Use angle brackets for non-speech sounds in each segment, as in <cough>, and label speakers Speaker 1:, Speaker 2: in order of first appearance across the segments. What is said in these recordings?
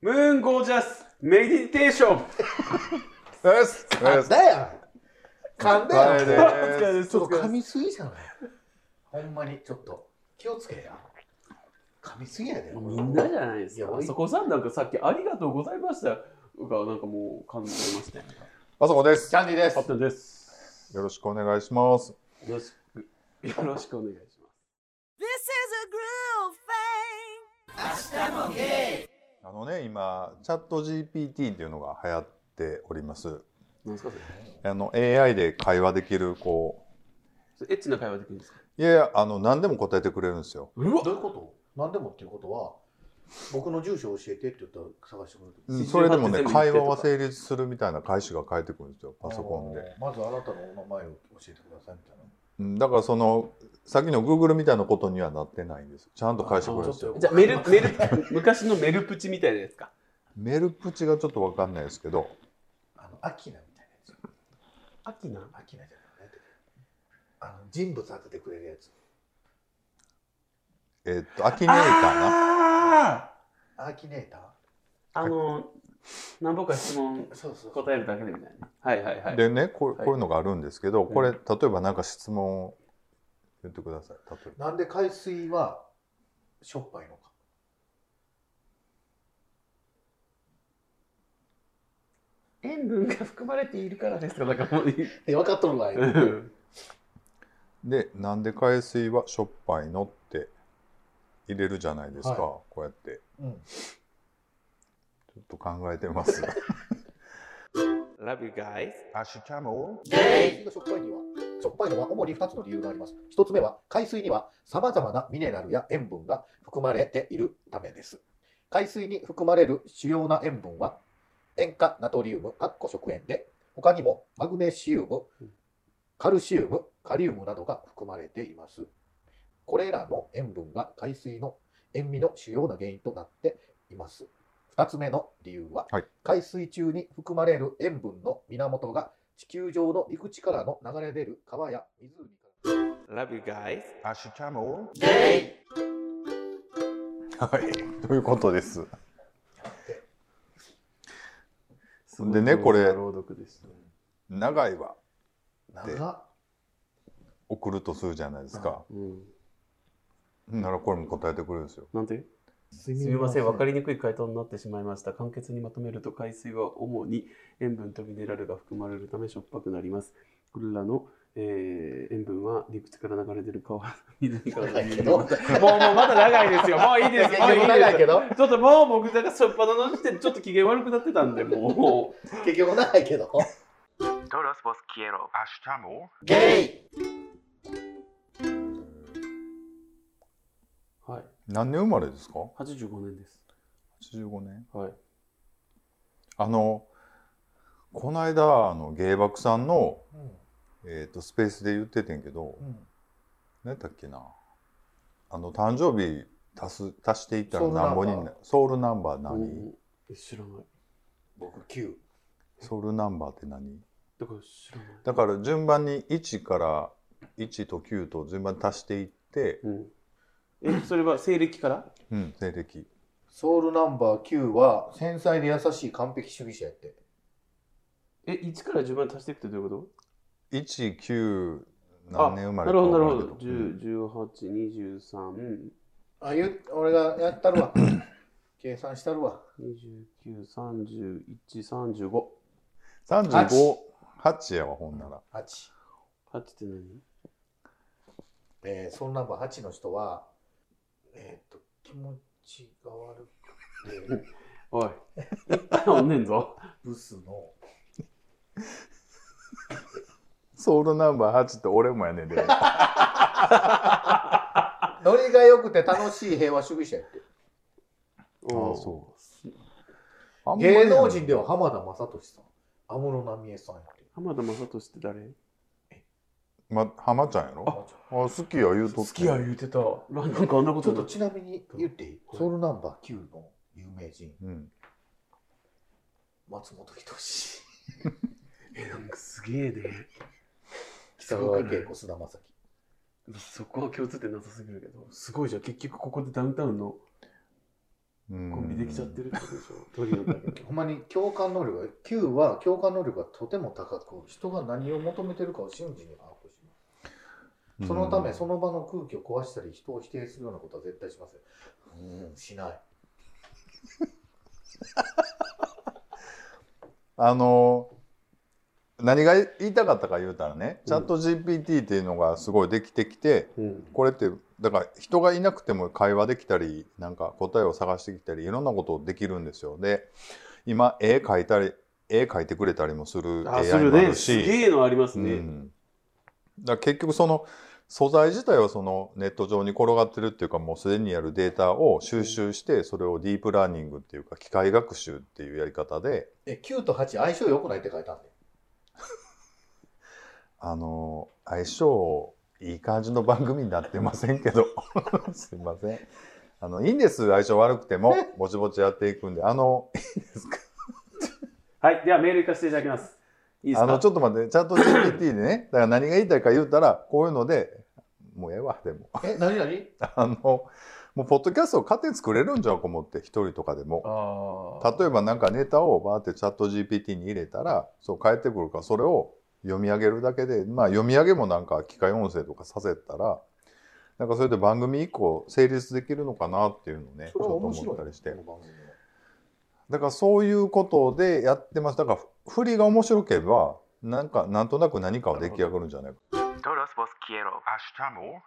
Speaker 1: ムーンゴージャスメディテーション
Speaker 2: よし
Speaker 1: <laughs>
Speaker 2: よし
Speaker 3: だやん噛んだ
Speaker 2: はい
Speaker 3: やん
Speaker 2: で
Speaker 1: お疲
Speaker 2: す
Speaker 1: れです
Speaker 3: ちょっと噛みすぎじゃないほんまにちょっと気をつけや噛みすぎやで
Speaker 1: みんなじゃないです
Speaker 3: いや
Speaker 1: か
Speaker 3: おい
Speaker 1: そこさんなんかさっきありがとうございましたがなんかもう感じましたよね
Speaker 2: あそこです
Speaker 3: キャンディーです
Speaker 1: 勝手です
Speaker 2: よろしくお願いします
Speaker 1: よろしくよろしくお願いします
Speaker 4: This is a groove thing.
Speaker 2: あのね今チャット GPT っていうのが流行っております
Speaker 1: 何ですか
Speaker 2: あの AI で会話できるこ
Speaker 1: それエッチな会話できるんですか
Speaker 2: ういやいやあの何でも答えてくれるんですよ
Speaker 1: うわ
Speaker 3: どういうこと何でもっていうことは僕の住所教えてって言ったら探してくれるってこ
Speaker 2: うんそれでもね
Speaker 1: 全部言って
Speaker 2: 会
Speaker 1: とか
Speaker 2: 話は成立するみたいな返しが返ってくるんですよ
Speaker 3: と
Speaker 2: パソコンで
Speaker 3: まずあなたのお名前を教えてくださいみたいな
Speaker 2: うんだからそのさっきの Google みたいなことにはなってないんですちゃんと返してくれるんです
Speaker 3: あ
Speaker 2: よ
Speaker 3: ー
Speaker 1: じゃあメルメル昔のメルプチみたいなやつか
Speaker 2: メルプチがちょっと分かんないですけど
Speaker 3: あのアキナみたいなやつ
Speaker 1: アキナ
Speaker 3: アキナじゃないねあの人物当ててくれるやつ
Speaker 2: えっとアキネーターな
Speaker 1: あ
Speaker 3: アキネータ
Speaker 1: ああの何ぼか質問
Speaker 3: ーそうそうそう
Speaker 1: 答えるだけでみたいなはいはいはい
Speaker 2: でねこう
Speaker 1: はい
Speaker 2: こういうのがあるんですけど
Speaker 1: い
Speaker 2: これ例えばなんか質問を言ってください例えば
Speaker 3: なんで海水はしょっぱいのか
Speaker 1: 塩分が含まれているからですかだからもういい
Speaker 3: え分かっとるわい
Speaker 2: で、なんで海水はしょっぱいのって入れるじゃないですか、
Speaker 3: はい
Speaker 2: こうやって。
Speaker 3: うん
Speaker 2: ちょっと考えてます。
Speaker 1: Love you guys
Speaker 2: アシュチャモ
Speaker 3: 海水がしょっぱいにはしょっぱいのは主に2つの理由があります1つ目は海水にはさまざまなミネラルや塩分が含まれているためです海水に含まれる主要な塩分は塩化ナトリウムかっこ食塩で他にもマグネシウムカルシウムカリウムなどが含まれていますこれらの塩分が海水の塩味の主要な原因となっています2つ目の理由は、
Speaker 2: はい
Speaker 3: 海水中に含まれる塩分の源が地球上の陸地からの流れ出る川や湖から
Speaker 1: Love you guys
Speaker 2: アシュチャモはい、ということです。でねこれ
Speaker 1: 朗読です
Speaker 2: 長いは
Speaker 3: 長っ
Speaker 2: 送るとするじゃないですか。
Speaker 1: うん
Speaker 2: ならこれも答えてくれるんですよ。
Speaker 1: なんて
Speaker 3: す
Speaker 1: すみません、わかりにくい回答になってしまいました。簡潔にまとめると、海水は主に塩分とミネラルが含まれるためしょっぱくなります。これらの、えー塩分は陸地から流れてる川、湖から
Speaker 3: 長
Speaker 1: 流
Speaker 3: い <laughs>
Speaker 1: れ
Speaker 3: け
Speaker 1: てる
Speaker 3: ど
Speaker 1: もう、もうまだ長いですよ。もういいです。もういい
Speaker 3: 長い
Speaker 1: で
Speaker 3: けど
Speaker 1: す。ちょっともう僕、なんかしょっぱなの時点でちょっと機嫌悪くなってたんで、もう。
Speaker 3: 結局長いけど
Speaker 1: Todos vos quiero.
Speaker 2: アシュチャモ
Speaker 3: ゲイ
Speaker 1: はい。
Speaker 2: 何年生まれですか
Speaker 1: 85年です。
Speaker 2: ?85 年。
Speaker 1: はい。
Speaker 2: あの、この間、あの、芸爆さんの、えっ、と、スペースで言っててんけど、何やったっけなあの誕生日足す足していったら何ぼになソウルナンバー何、
Speaker 1: お知らない。
Speaker 3: 僕9
Speaker 2: ソウルナンバーって何
Speaker 1: だから知らない。
Speaker 2: だから順番に1から1と9と順番に足していって、
Speaker 1: うん。え、それは西暦から
Speaker 2: うん、西暦
Speaker 3: ソウルナンバー9は繊細で優しい完璧主義者やって
Speaker 1: え、1から10番足していくってどういうこと
Speaker 2: 19何年生まれ
Speaker 1: あなるほどなる
Speaker 2: わ
Speaker 1: ほ
Speaker 2: か
Speaker 1: ど
Speaker 2: んいけ
Speaker 1: 10 18 23
Speaker 3: あゆ俺がやったるわ <clears throat> 計算したるわ
Speaker 1: 29 31 35
Speaker 2: 35 8やわほんなら
Speaker 3: 8
Speaker 1: 8って何
Speaker 3: えー、ソウルナンバー8の人はえーっと気持ちが悪くて
Speaker 1: おいいっぱいおんねん <laughs> ぞ
Speaker 3: ブスの
Speaker 2: ソウルナンバー8って俺もや
Speaker 1: <laughs>
Speaker 2: ねんで
Speaker 3: ノリが良くて楽しい平和主義者やって
Speaker 1: お
Speaker 2: そうあんまりや
Speaker 3: 芸
Speaker 2: ね
Speaker 3: 能人では浜田雅俊さん安室奈美恵さんやって
Speaker 1: 浜田雅俊って誰
Speaker 2: ま浜ちゃんやろあ好きや言うとって
Speaker 1: 言うてたなんかあんなこ
Speaker 3: ちょ
Speaker 1: とな
Speaker 3: っ
Speaker 1: い
Speaker 3: とちなみに言っていいソウルナンバー9の有名人
Speaker 2: うん
Speaker 3: 松本人志
Speaker 1: えなんかすげえね
Speaker 3: 北川景子菅田将暉
Speaker 1: そこは共通点なさすぎるけどすごいじゃん結局ここでダウンタウンの
Speaker 2: うん
Speaker 1: コンビできちゃってるってことでしょトリオだけど
Speaker 3: <laughs> ほんまに共感能力が、Q は共感能力がとても高く、人が何を求めてるかを瞬時に把握します。そのため、その場の空気を壊したり、人を否定するようなことは絶対しません。うん、しない。
Speaker 2: あの何が言いたかったか言うたらね、チャット GPT っていうのがすごいできてきて
Speaker 1: うん
Speaker 2: これってだから人がいなくても会話できたりなんか答えを探してきたりいろんなことできるんですよで今絵描いたり絵描いてくれたりもする
Speaker 1: あ
Speaker 2: AI
Speaker 1: する
Speaker 2: もあ
Speaker 1: ね
Speaker 2: る
Speaker 1: す
Speaker 2: し、
Speaker 1: げえのありますね、
Speaker 2: うん、だから結局その素材自体はそのネット上に転がってるっていうかもうすでにあるデータを収集してそれをディープラーニングっていうか機械学習っていうやり方で
Speaker 3: え、9と8相性良くないって書いたんで。
Speaker 2: あの相性いい感じの番組になってませんけど <laughs> すいませんあのいいんです相性悪く <laughs> てもぼちぼちやっていくんであのいいですか
Speaker 1: はいではメール行かせていただきますいいです
Speaker 2: あ
Speaker 1: か
Speaker 2: のちょっと待ってチャット GPT でねだから何が言いたいか言うたらこういうのでもうええわでも
Speaker 3: え、何々
Speaker 2: あの、もうポッドキャストを勝手に作れるんじゃうかもって、一人とかでも。
Speaker 1: あー
Speaker 2: 例えばなんかネタをバーってチャット GPT に入れたら、そう返ってくるから、それを読み上げるだけで、まあ読み上げもなんか機械音声とかさせたら、なんかそれで番組以降成立できるのかなっていうのをね、ち
Speaker 3: それ
Speaker 2: ょ
Speaker 3: は面
Speaker 2: っと
Speaker 3: 白
Speaker 2: 思
Speaker 3: い。
Speaker 2: ったりして
Speaker 3: こ。の番組は
Speaker 2: だからそういうことでやってます。だから振りが面白ければ、なんか、なんとなく何かは出来上がるんじゃないか。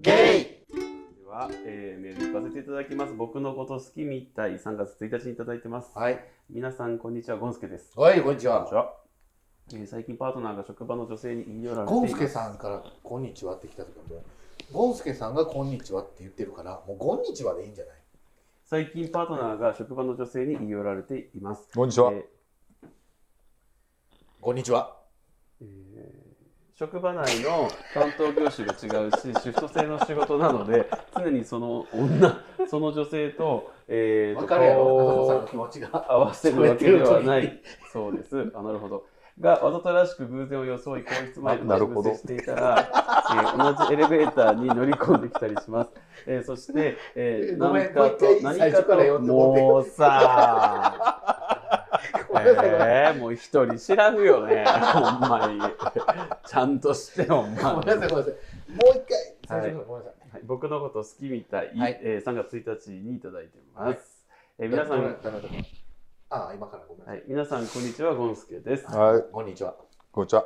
Speaker 3: ゲイ
Speaker 1: では、えーメール行かせていただきます僕のこと好きみたい3月1日にいただいてます、
Speaker 3: はい。
Speaker 1: 皆さんこんにちはゴンスケです
Speaker 3: はい、こんにち
Speaker 1: こんにち
Speaker 3: は。
Speaker 1: は、えー最近パートナーが職場の女性に言い寄られてい
Speaker 3: ゴ
Speaker 1: ま
Speaker 3: ン
Speaker 1: す
Speaker 3: スケさんから、こんにちはって来た時はもう、ゴンスケさんがこんにちはって言ってるから、もうこんにちはでいいんじゃない
Speaker 1: 最近パートナーが職場の女性に言い寄られています
Speaker 2: こんにちは。
Speaker 1: えー
Speaker 3: こんにちは。
Speaker 1: えー職場内の担当業種が違うしシフト制の仕事なので常にその女その女性と,、えーと
Speaker 3: わかるやろ、
Speaker 1: 顔を
Speaker 3: 中野さんの気持ちが。
Speaker 1: 合わせるわけではないそうですあなるほどがわざとらしく偶然を装い更衣室前で
Speaker 2: なる
Speaker 1: 待ち
Speaker 2: ほど
Speaker 1: 伏せしていたら、えー同じエレベーターに乗り込んできたりします、えーそして、えー
Speaker 3: ごめ
Speaker 1: 何
Speaker 3: んも
Speaker 1: か
Speaker 3: う一
Speaker 1: と
Speaker 3: 回
Speaker 1: 何
Speaker 3: 最
Speaker 1: か
Speaker 3: 初から
Speaker 1: と
Speaker 3: 読んでもうて
Speaker 1: もうさ
Speaker 3: <laughs> ごめんなさいごめんなさい
Speaker 1: えー、もう一人知らぬよね、ほんまに。ちゃんとして、ほん
Speaker 3: ご
Speaker 1: ま
Speaker 3: めん
Speaker 1: に。
Speaker 3: なさい、ごめんなさい。もう一回、最初からごめんなさい。
Speaker 1: はい僕のこと好きみたい、
Speaker 3: はい
Speaker 1: えー3月1日にいただいてます。
Speaker 3: はい
Speaker 1: えー皆さん、
Speaker 3: ごめ
Speaker 1: は
Speaker 3: なさいごめんなさいああ、今からごめんなさい。
Speaker 1: い、皆さん、こんにちは、ゴンスケです。
Speaker 2: はい、
Speaker 3: こんにちは。
Speaker 2: こんにちは。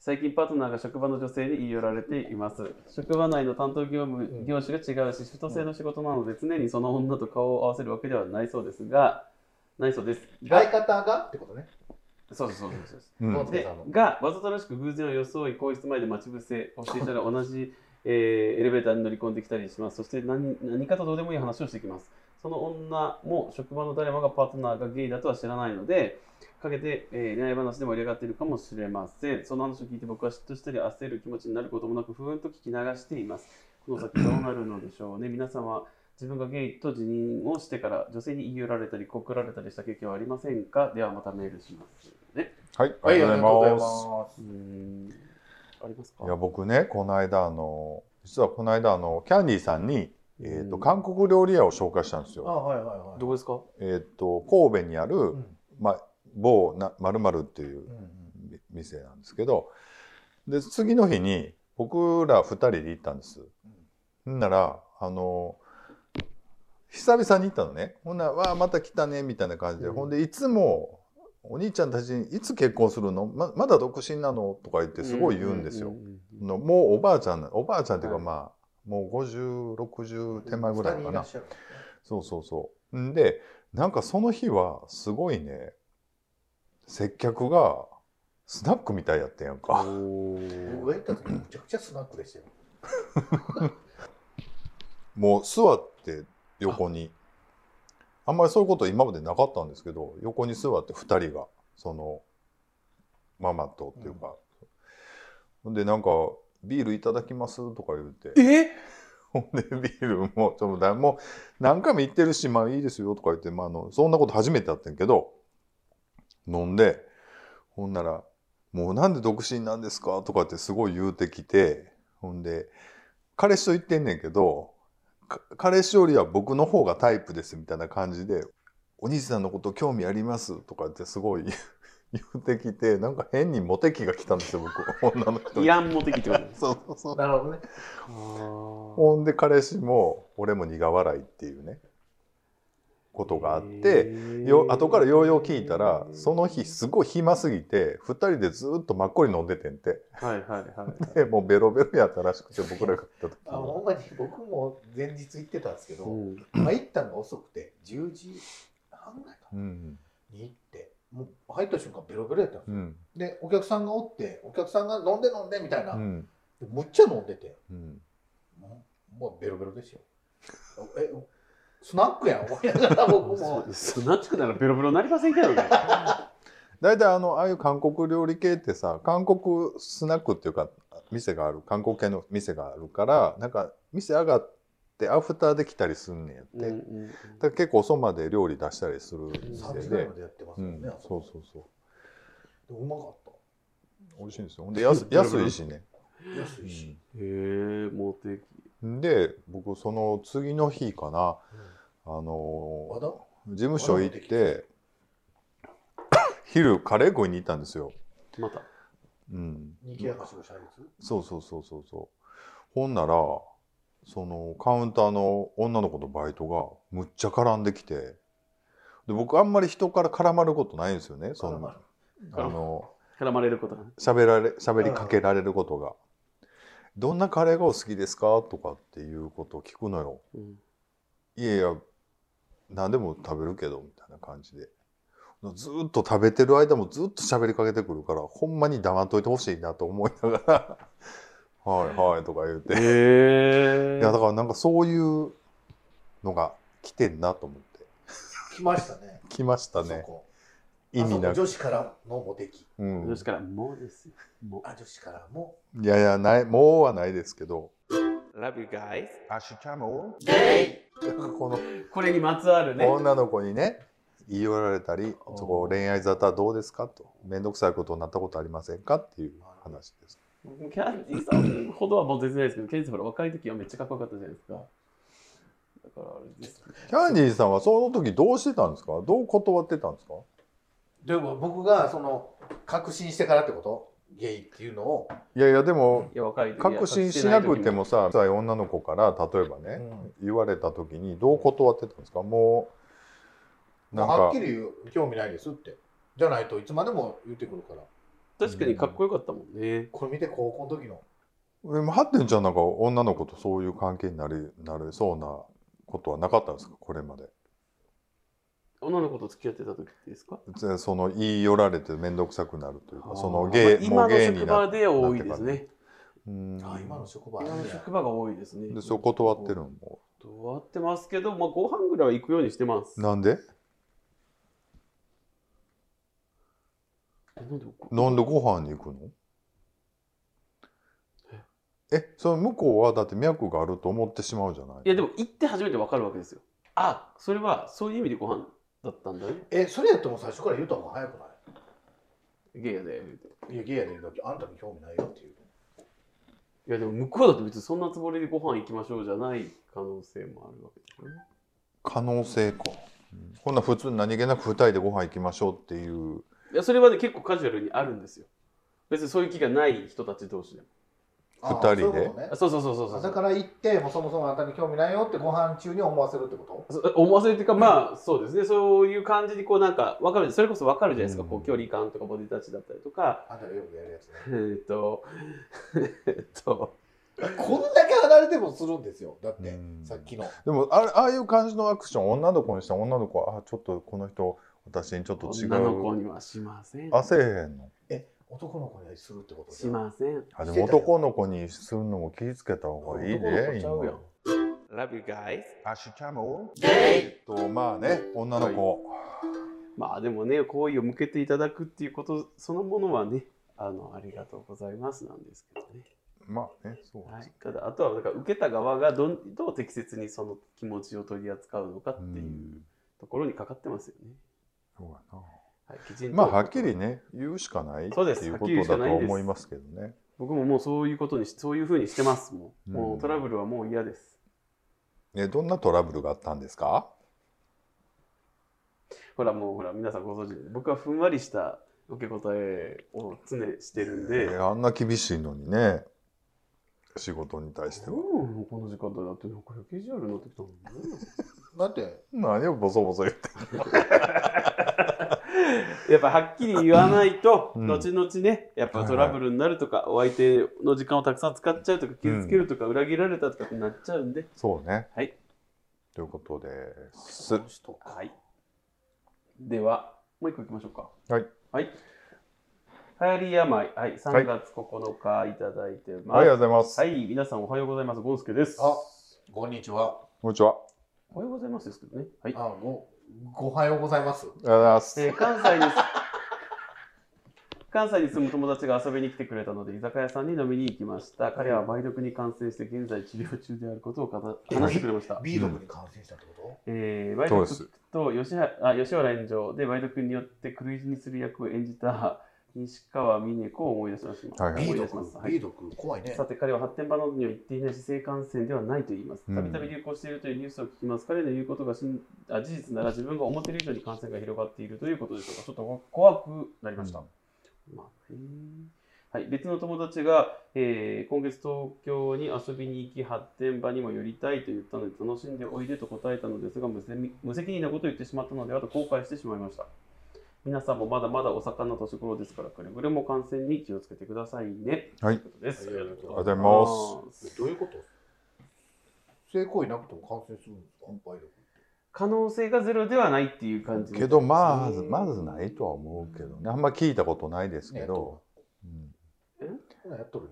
Speaker 1: 最近パートナーが職場の女性に言い寄られています職場内の担当業務、
Speaker 3: ん
Speaker 1: 業種が違うしシフト制の仕事なので常にその女と顔を合わせるわけではないそうですがないそうですが、
Speaker 3: 相方がってことね。
Speaker 1: そうそうそうそうそう
Speaker 2: うん
Speaker 3: ゴンスケ
Speaker 1: で
Speaker 3: さんの。
Speaker 1: がわざとらしく偶然を装い更衣室前で待ち伏せをしていたら同じ、えーエレベーターに乗り込んできたりしますそして何何かとどうでもいい話をしてきますその女も職場の誰もがパートナーがゲイだとは知らないのでかけて、えー恋愛話で盛り上がっているかもしれませんその話を聞いて僕は嫉妬したり焦る気持ちになることもなく不運と聞き流していますこの先どうなるのでしょうね皆様自分がゲイと自認をしてから女性に言い寄られたり告られたりした経験はありませんかではまたメールしますね
Speaker 2: はい、あ
Speaker 3: は
Speaker 2: り
Speaker 3: い、あ
Speaker 2: が
Speaker 3: り
Speaker 2: と
Speaker 3: が
Speaker 2: うござ
Speaker 3: とうござ
Speaker 2: いま
Speaker 3: い
Speaker 2: す。
Speaker 3: ます。
Speaker 1: うーんありますか
Speaker 2: いや僕ねこの間あの実はこの間あのキャンディーさんに、えー、と韓国料理屋を紹介したんです
Speaker 3: あ
Speaker 2: よ。
Speaker 3: あ、はいはいはい。
Speaker 1: どこですか
Speaker 2: えっと神戸にある、
Speaker 3: うん
Speaker 2: まあ、某なまるまるっていう
Speaker 3: うんうん
Speaker 2: み店なんですけどで次の日に僕ら2人で行ったんです。んならあの久々に行ったのねほんなら「わあまた来たね」みたいな感じで、
Speaker 1: うん
Speaker 2: ほんでいつも「お兄ちゃんたちにいつ結婚するのままだ独身なの?」とか言ってすごい言うんですよ。のもうおばあちゃんなおばあちゃんっていうか
Speaker 1: はい
Speaker 2: まあ、もう5060手前ぐらい
Speaker 3: 二人
Speaker 2: か
Speaker 3: いら
Speaker 2: な
Speaker 3: っしゃる
Speaker 2: そうそうそうんでなんかその日はすごいね接客がスナックみたいやってんやんか
Speaker 3: 僕が行った時めちゃくちゃスナックでしたよ。
Speaker 2: もう座って横にあんまりそういうこと今までなかったんですけど横に座って2人がそのママとっていうか、ほんでなんか「ビールいただきます」とか言うて
Speaker 1: え
Speaker 2: <laughs> ほんで、ビールも、ちょっとだ、もう、何回も行ってるし、まあいいですよとか言って、まあ、あの、そんなこと初めてやってんけど、飲んで、ほんなら、もうなんで独身なんですかとかってすごい言うてきて、ほんで、彼氏と行ってんねんけど、か彼氏よりは僕の方がタイプですみたいな感じで「お兄さんのこと興味あります」とかってすごい <laughs> 言ってきてなんか変にモテ期が来たんですよ僕女の人
Speaker 1: い
Speaker 2: に。
Speaker 1: らんモテ期ってことです。
Speaker 2: そうそうそう
Speaker 3: なるほどね。
Speaker 2: ほんで彼氏も俺も苦笑いっていうねことがあってよ後からようよう聞いたらその日すごい暇すぎて2人でずっとまっこり飲んでてんて
Speaker 1: はいはいはい。
Speaker 2: でもうベロベロやったらしくて僕らが行った
Speaker 3: あ
Speaker 2: 時
Speaker 3: のほんまに僕も前日行ってたんですけど、
Speaker 1: うん
Speaker 3: まあ、行ったのが遅くて、10時半ぐらいかな、
Speaker 2: うん
Speaker 3: に行って、もう入った瞬間、ベロベロやったんです
Speaker 2: う
Speaker 3: よ、
Speaker 2: ん
Speaker 3: で、お客さんがおって、お客さんが飲んで飲んでみたいな、
Speaker 2: うん
Speaker 3: でむっちゃ飲んでて、
Speaker 2: うん
Speaker 3: もうもうベロベロですよ。えスナックやん、思 <laughs> いながら僕も。
Speaker 1: スナックならベロベロになりませんけどね。
Speaker 2: 大体あのああいう韓国料理系ってさ韓国スナックっていうか店がある韓国系の店があるからなんか店上がってアフターで来たりすん <laughs> ねんやっ
Speaker 1: う
Speaker 2: て、
Speaker 1: ん
Speaker 2: だ
Speaker 1: うん
Speaker 2: から結構遅まで料理出したりする
Speaker 3: 3
Speaker 2: 店
Speaker 3: 時ぐらい
Speaker 2: で
Speaker 3: ま。でやってます
Speaker 2: う
Speaker 3: よ
Speaker 2: ん
Speaker 3: ね、あ、こ
Speaker 2: そうそうそ
Speaker 3: でうまかっ
Speaker 2: う美味しいんですよほんで安安いしね、
Speaker 3: た。安いし。
Speaker 1: へえ、モテ期。
Speaker 2: うんで僕その次の日かな、あ
Speaker 3: ま
Speaker 2: の
Speaker 3: だ
Speaker 2: ー事務所行って昼カレー食いに行ったんですよ、
Speaker 1: また。
Speaker 2: うん、
Speaker 3: にぎやかしの社員
Speaker 2: そうそうそうそうそう。ほんなら、そのカウンターの女の子のバイトがむっちゃ絡んできて、で僕あんまり人から絡まることないんですよね。そんなあ
Speaker 1: 絡まる
Speaker 2: の
Speaker 1: 絡まれることが。
Speaker 2: 喋られ喋りかけられることが。どんなカレーがお好きですかとかっていうことを聞くのよ。
Speaker 1: うん
Speaker 2: いやいや、何でも食べるけどみたいな感じで。ずっと食べてる間もずっと喋りかけてくるから、ほんまに黙っといてほしいなと思いながら、 <laughs> はいはいとか言うて。
Speaker 1: へえ。
Speaker 2: いやだからなんかそういうのが来てんなと思って
Speaker 3: 来ましたね。
Speaker 2: 来ました
Speaker 3: そ
Speaker 2: ね
Speaker 3: こ
Speaker 2: 意味
Speaker 3: あ
Speaker 2: な
Speaker 3: そ
Speaker 2: く、
Speaker 3: こ女子からのモテ期。
Speaker 2: う
Speaker 1: 女
Speaker 2: ん
Speaker 1: 子、から、もうですよ。も
Speaker 3: あ、女子からも。
Speaker 2: いやいやないもうはないですけ
Speaker 3: <laughs>
Speaker 2: ど
Speaker 1: う。Love you guys。
Speaker 2: アシュチャモ
Speaker 3: ゲ
Speaker 2: この
Speaker 1: これにまつわるね。
Speaker 2: 女の子にね言い寄られたり「そこ恋愛沙汰どうですか?」と「面倒くさいことになったことありませんか?」っていう話です
Speaker 1: キャンディーさんほどはもう全然ないですけど、キャンディーさんほら若い時はめっちゃかっこよかったじゃないですか。だからあれですけど。
Speaker 2: キャンディーさんはその時どうしてたんですかどう断ってたんですか
Speaker 3: イでも僕がその確信してからってことゲイっていうのを、
Speaker 2: いやいやでも
Speaker 1: いや、若い時
Speaker 2: 確信しなくて
Speaker 1: も。
Speaker 2: もさ若い女の子から例えばね、言われた時にどう断ってたんですかもうなん
Speaker 3: は
Speaker 2: か
Speaker 3: っきり言う興味ないですってじゃないといつまでも言ってくるから
Speaker 1: 確かにかっこよかったもんね。
Speaker 3: これ見て高校の時の
Speaker 2: でもハッテンちゃんなんか女の子とそういう関係になりなれそうなことはなかったんですかこれまで
Speaker 1: 女の子と付き合ってた時ですか
Speaker 2: ぜその言い寄られて面倒くさくなるというかその
Speaker 1: ゲ
Speaker 2: 芸、
Speaker 1: イ
Speaker 2: も
Speaker 1: 今
Speaker 2: う
Speaker 1: の
Speaker 2: 芸
Speaker 1: 職
Speaker 2: にな
Speaker 1: 場
Speaker 2: っ
Speaker 1: で多いですね。
Speaker 2: うん
Speaker 3: あ今の職場あ
Speaker 1: 今
Speaker 3: る
Speaker 1: の
Speaker 3: ね
Speaker 1: 職場が多いですね。
Speaker 2: でそう断ってるのも
Speaker 1: 断ってますけど、まあ、ご飯ぐらいは行くようにしてます。
Speaker 2: なんで
Speaker 1: なんで
Speaker 2: なんでご飯に行くのえその向こうはだって脈があると思ってしまうじゃない
Speaker 1: いや、でも行って初めて分かるわけですよ。あ、それはそういう意味でご飯だったんだね。
Speaker 3: えそれやっても最初から言うた方が早くな
Speaker 1: ゲイやで。
Speaker 3: いいやゲイやで言うとあんたに興味ないよっていう
Speaker 1: いやでも向こうだと別にそんなつもりでご飯行きましょうじゃない可能性もあるわけですよね。
Speaker 2: 可能性か、こんな普通に何気なく二人でご飯行きましょうっていう
Speaker 1: いやそれはね結構カジュアルにあるんですよ。別にそういう気がない人たち同士でも。
Speaker 3: あ
Speaker 2: 二人で
Speaker 3: そういうことね
Speaker 1: あそうそうそうそうそう。
Speaker 3: 朝から行ってもうそもそもあんたに興味ないよってご飯中に思わせるってこと
Speaker 1: そう思わせるというか、まあそうですね、そういう感じでこうなんか分かる、それこそ分かるじゃないですか、
Speaker 2: うん
Speaker 1: こう距離感とかボディタッチだったりとか、
Speaker 3: あんたがよくやるやつね
Speaker 1: えーっ、と、えーっ、と、
Speaker 3: こんだけ離れてもするんですよだって
Speaker 2: うん
Speaker 3: さっきの
Speaker 2: でもあれああいう感じのアクション女の子にしたら女の子はあちょっとこの人私にちょっと違
Speaker 1: 女の子
Speaker 2: う
Speaker 1: にはしません。
Speaker 2: あせえへんの
Speaker 3: 男の子にするってこと
Speaker 1: しません。
Speaker 2: あでも男の子にするのも気ぃつけた方がいい
Speaker 1: 男の
Speaker 2: で
Speaker 1: 子ちゃうやん Love you guys.
Speaker 2: アシュチャモえっとまあね女の子、
Speaker 1: まあでもね、好意を向けていただくっていうことそのものはね、あのありがとうございますなんですけどね。
Speaker 2: まあねそうです、
Speaker 1: はい、ただあとはだから受けた側がどんどう適切にその気持ちを取り扱うのかっていううんところにかかってますよね。
Speaker 2: そうやな
Speaker 1: はい、きちんと
Speaker 2: まあはっきりね言うしかないって
Speaker 1: そうです
Speaker 2: いう
Speaker 1: はっ
Speaker 2: こ
Speaker 1: きり言う
Speaker 2: と
Speaker 1: しか
Speaker 2: だと
Speaker 1: ない
Speaker 2: は
Speaker 1: です
Speaker 2: 思いますけどね
Speaker 1: 僕ももうそういうことにしそういうふうにしてますもう,、
Speaker 2: うん
Speaker 1: もうトラブルはもう嫌です
Speaker 2: ね、どんなトラブルがあったんですか
Speaker 1: ほらもうほら皆さんご存知で僕はふんわりした受け答えを常にしてるんで、
Speaker 2: えーあんな厳しいのにね仕事に対しては
Speaker 1: うんこの時間帯だってなんか余計意地悪になってきたもんね
Speaker 3: なんで
Speaker 2: 何をボソボソ言って
Speaker 1: やっぱはっきり言わないと、
Speaker 2: うん
Speaker 1: 後々ねやっぱトラブルになるとか、お相手の時間をたくさん使っちゃうとか傷つけるとか、裏切られたとかってなっちゃうんで
Speaker 2: そうね
Speaker 1: はい
Speaker 2: ということです
Speaker 3: この人か
Speaker 1: はいではもう一個いきましょうか
Speaker 2: はい
Speaker 1: はい流行り病、はい、3月9日いただいて
Speaker 2: あ
Speaker 1: ます。
Speaker 2: りがとうございます、
Speaker 1: はい、皆さんおはようございます。ゴンスケです。
Speaker 3: あこんにちは
Speaker 2: こんにちは
Speaker 1: おはようございますですけどね。はい。
Speaker 3: あごごはようございます
Speaker 2: ありがとうございます、
Speaker 1: えー関西にす <laughs> 関西に住む友達が遊びに来てくれたので居酒屋さんに飲みに行きました彼は梅毒に感染して現在治療中であることをかた
Speaker 3: え
Speaker 1: 話してくれました、
Speaker 3: B 族に感染したってこ
Speaker 1: えー、梅
Speaker 2: そう
Speaker 1: 毒
Speaker 2: です
Speaker 1: と吉原あ吉原炎上で梅毒によって狂い死にする役を演じた西川峰子を思い出します、
Speaker 2: はい
Speaker 3: と、
Speaker 2: はい
Speaker 1: 思
Speaker 3: B
Speaker 1: い出します、
Speaker 3: 族
Speaker 1: は
Speaker 3: B
Speaker 1: い
Speaker 3: 族怖いね
Speaker 1: さて彼は発展場などには行っていないし性感染ではないと言います
Speaker 2: うん
Speaker 1: たびたび流行しているというニュースを聞きます彼の言うことがしんあ事実なら自分が思っている以上に感染が広がっているということでしょうかちょっと怖くなりました、まあへーはい、別の友達が、えー今月東京に遊びに行き発展場にも寄りたいと言ったので楽しんでおいでと答えたのですが無責任無責任なことを言ってしまったのではと後悔してしまいました皆さんもまだまだお魚の年頃ですからくれぐれも感染に気をつけてくださいね
Speaker 2: はい
Speaker 1: ということです
Speaker 3: ありがとう
Speaker 2: ございます
Speaker 1: ありがとうございます
Speaker 3: どういうこと性行為なくても感染するんですか梅毒
Speaker 1: 可能性がゼロではないっていう感じ
Speaker 2: けどまあまずないとは思うけどねあんま聞いたことないですけど、うん
Speaker 3: こんなんやっとるよ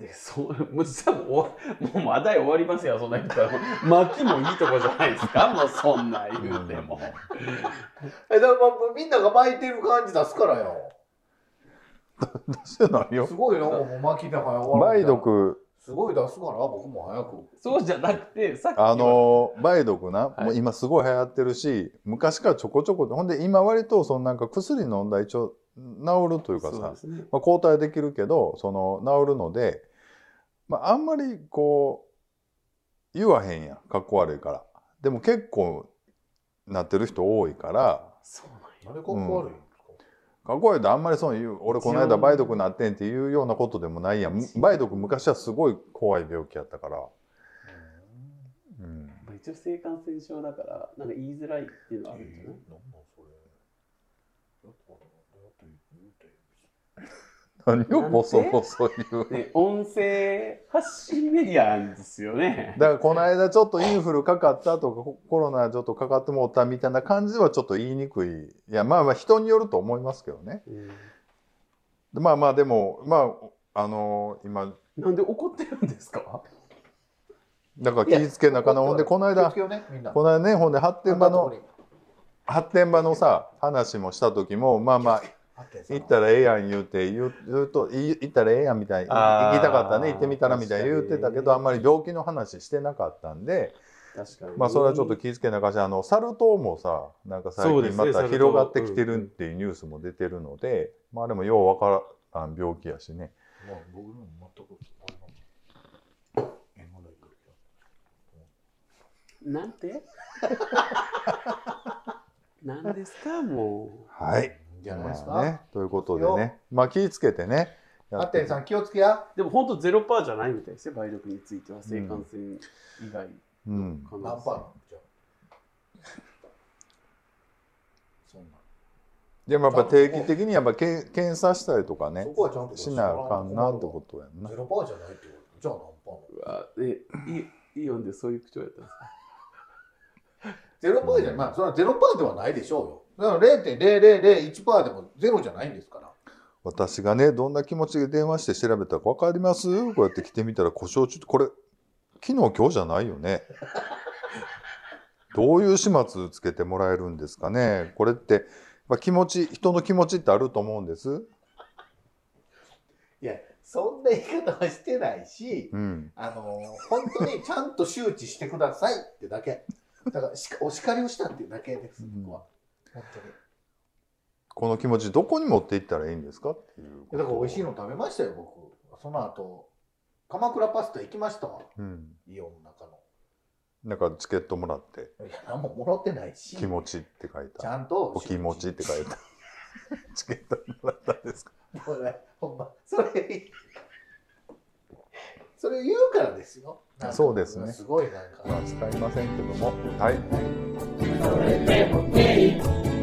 Speaker 1: でそうもう実はもう終わもうまだ終わりますよそんな言ったら巻きもいいとこじゃないですかもうそんな言うても、
Speaker 3: えだからまあみんなが巻いてる感じ出すからよ
Speaker 2: 出してないよ
Speaker 3: すごいなもう巻きで早終わる
Speaker 2: 梅
Speaker 3: みたいな
Speaker 2: 毒
Speaker 3: すごい出すから僕も早く
Speaker 1: そうじゃなくてさっき
Speaker 2: あの梅毒な、
Speaker 1: い
Speaker 2: もう今すごい流行ってるし昔からちょこちょこほんで今割とそのなんか薬飲んだら一応治るというか
Speaker 1: そう
Speaker 2: さ
Speaker 1: ですね
Speaker 2: まあ、抗体できるけどその治るので、まあ、あんまりこう言わへんやんかっこ悪いからでも結構なってる人多いから
Speaker 1: そう
Speaker 3: あれかっこ悪いんですか、
Speaker 2: かっこ悪いとあんまりそういう俺この間梅毒なってんっていうようなことでもないやんむ梅毒昔はすごい怖い病気やったから、うん、
Speaker 1: なんや一応性感染症だからなんか言いづらいっていうのはあるんじゃない、
Speaker 3: なんなんそれやっぱやっぱ言うて
Speaker 2: 何をボソボソ言う
Speaker 1: ね、音声発信メディアなんですよね
Speaker 2: だからこの間ちょっとインフルかかったとかココロナちょっとかかってもうたみたいな感じはちょっと言いにくいいやまあまあ人によると思いますけどね
Speaker 1: うん
Speaker 2: でまあまあでもまああのー今
Speaker 1: なんで怒ってるんですか
Speaker 2: だから気ぃつけなあかなほんでこの
Speaker 3: 気を
Speaker 2: 間
Speaker 3: つけようねみんな
Speaker 2: この間ねほんで発展場の発展場のさ話もした時もまあまあ行った
Speaker 3: ら
Speaker 2: らええやん言うて言う言うとい行ったらええやんみたいな
Speaker 1: あー
Speaker 2: 行きたかったね行ってみたらみたいな言う
Speaker 1: 確かに
Speaker 2: てたけどあんまり病気の話してなかったんで
Speaker 1: 確かに
Speaker 2: まあそれはちょっと気ぃつけなあかんしあのサル痘もさなんか最
Speaker 1: そうで
Speaker 2: 近
Speaker 1: す
Speaker 2: ま
Speaker 1: ね
Speaker 2: た
Speaker 1: サル痘
Speaker 2: 広がってきてるっていうニュースも出てるのでまあでもようわからん病気やしね
Speaker 3: まあ僕のも全くあれなんだえまだいくよ
Speaker 1: なんて <laughs> なんですかも
Speaker 2: はい
Speaker 3: じゃないです
Speaker 2: まあ
Speaker 3: か
Speaker 2: ね、ということでね、まあ気ぃつけてね。や
Speaker 3: ハッ
Speaker 2: って
Speaker 3: テンさん気をつけや
Speaker 1: うでも本当ゼロパーじゃないみたいですよ梅毒については性感染以外
Speaker 2: うん。
Speaker 1: 可能性
Speaker 3: 何パーなのじゃあそんな
Speaker 2: でもやっぱ定期的にやっぱけん検査したりとかね
Speaker 3: そ、こはちゃんと
Speaker 2: しなあかんなってことやんな
Speaker 3: ゼ。ロパーじゃないってことじゃあ何パーなの
Speaker 1: うわえイイオンでそういう口調やったんですか
Speaker 3: ゼロパーじゃない、まあ、それはゼロパーではないでしょうよ。だから0.0001パーでもゼロじゃないんですから。
Speaker 2: 私がね、どんな気持ちで電話して調べたかわかりますこうやって来てみたら故障中これ、昨日今日じゃないよね。どういう始末つけてもらえるんですかね。これって、やっぱ気持ち、人の気持ちってあると思うんです。
Speaker 3: いや、そんな言い方はしてないし、
Speaker 2: うん。
Speaker 3: あの、本当にちゃんと周知してくださいってだけ。だからしか、お叱りをしたっていうだけです、
Speaker 2: うん
Speaker 3: 僕は。本当に。
Speaker 2: この気持ちどこに持っていったらいいんですかっていうこと。
Speaker 3: だから、美味しいの食べましたよ、僕。その後、鎌倉パスタ行きましたわ、
Speaker 2: うん。
Speaker 3: イオンの中の。
Speaker 2: なんかチケットもらって
Speaker 3: いや何ももらってな
Speaker 2: 「
Speaker 3: いし
Speaker 2: 気持ち」って書い
Speaker 3: ち
Speaker 2: た
Speaker 3: ゃんと
Speaker 2: 「お気持ち」って書いたチケットもらったんですか
Speaker 3: もうね <laughs> ほんまそれそれ言うからですよなんか
Speaker 2: そうですね
Speaker 3: すごいなんか
Speaker 2: まあ使いませんけどもはい
Speaker 3: はい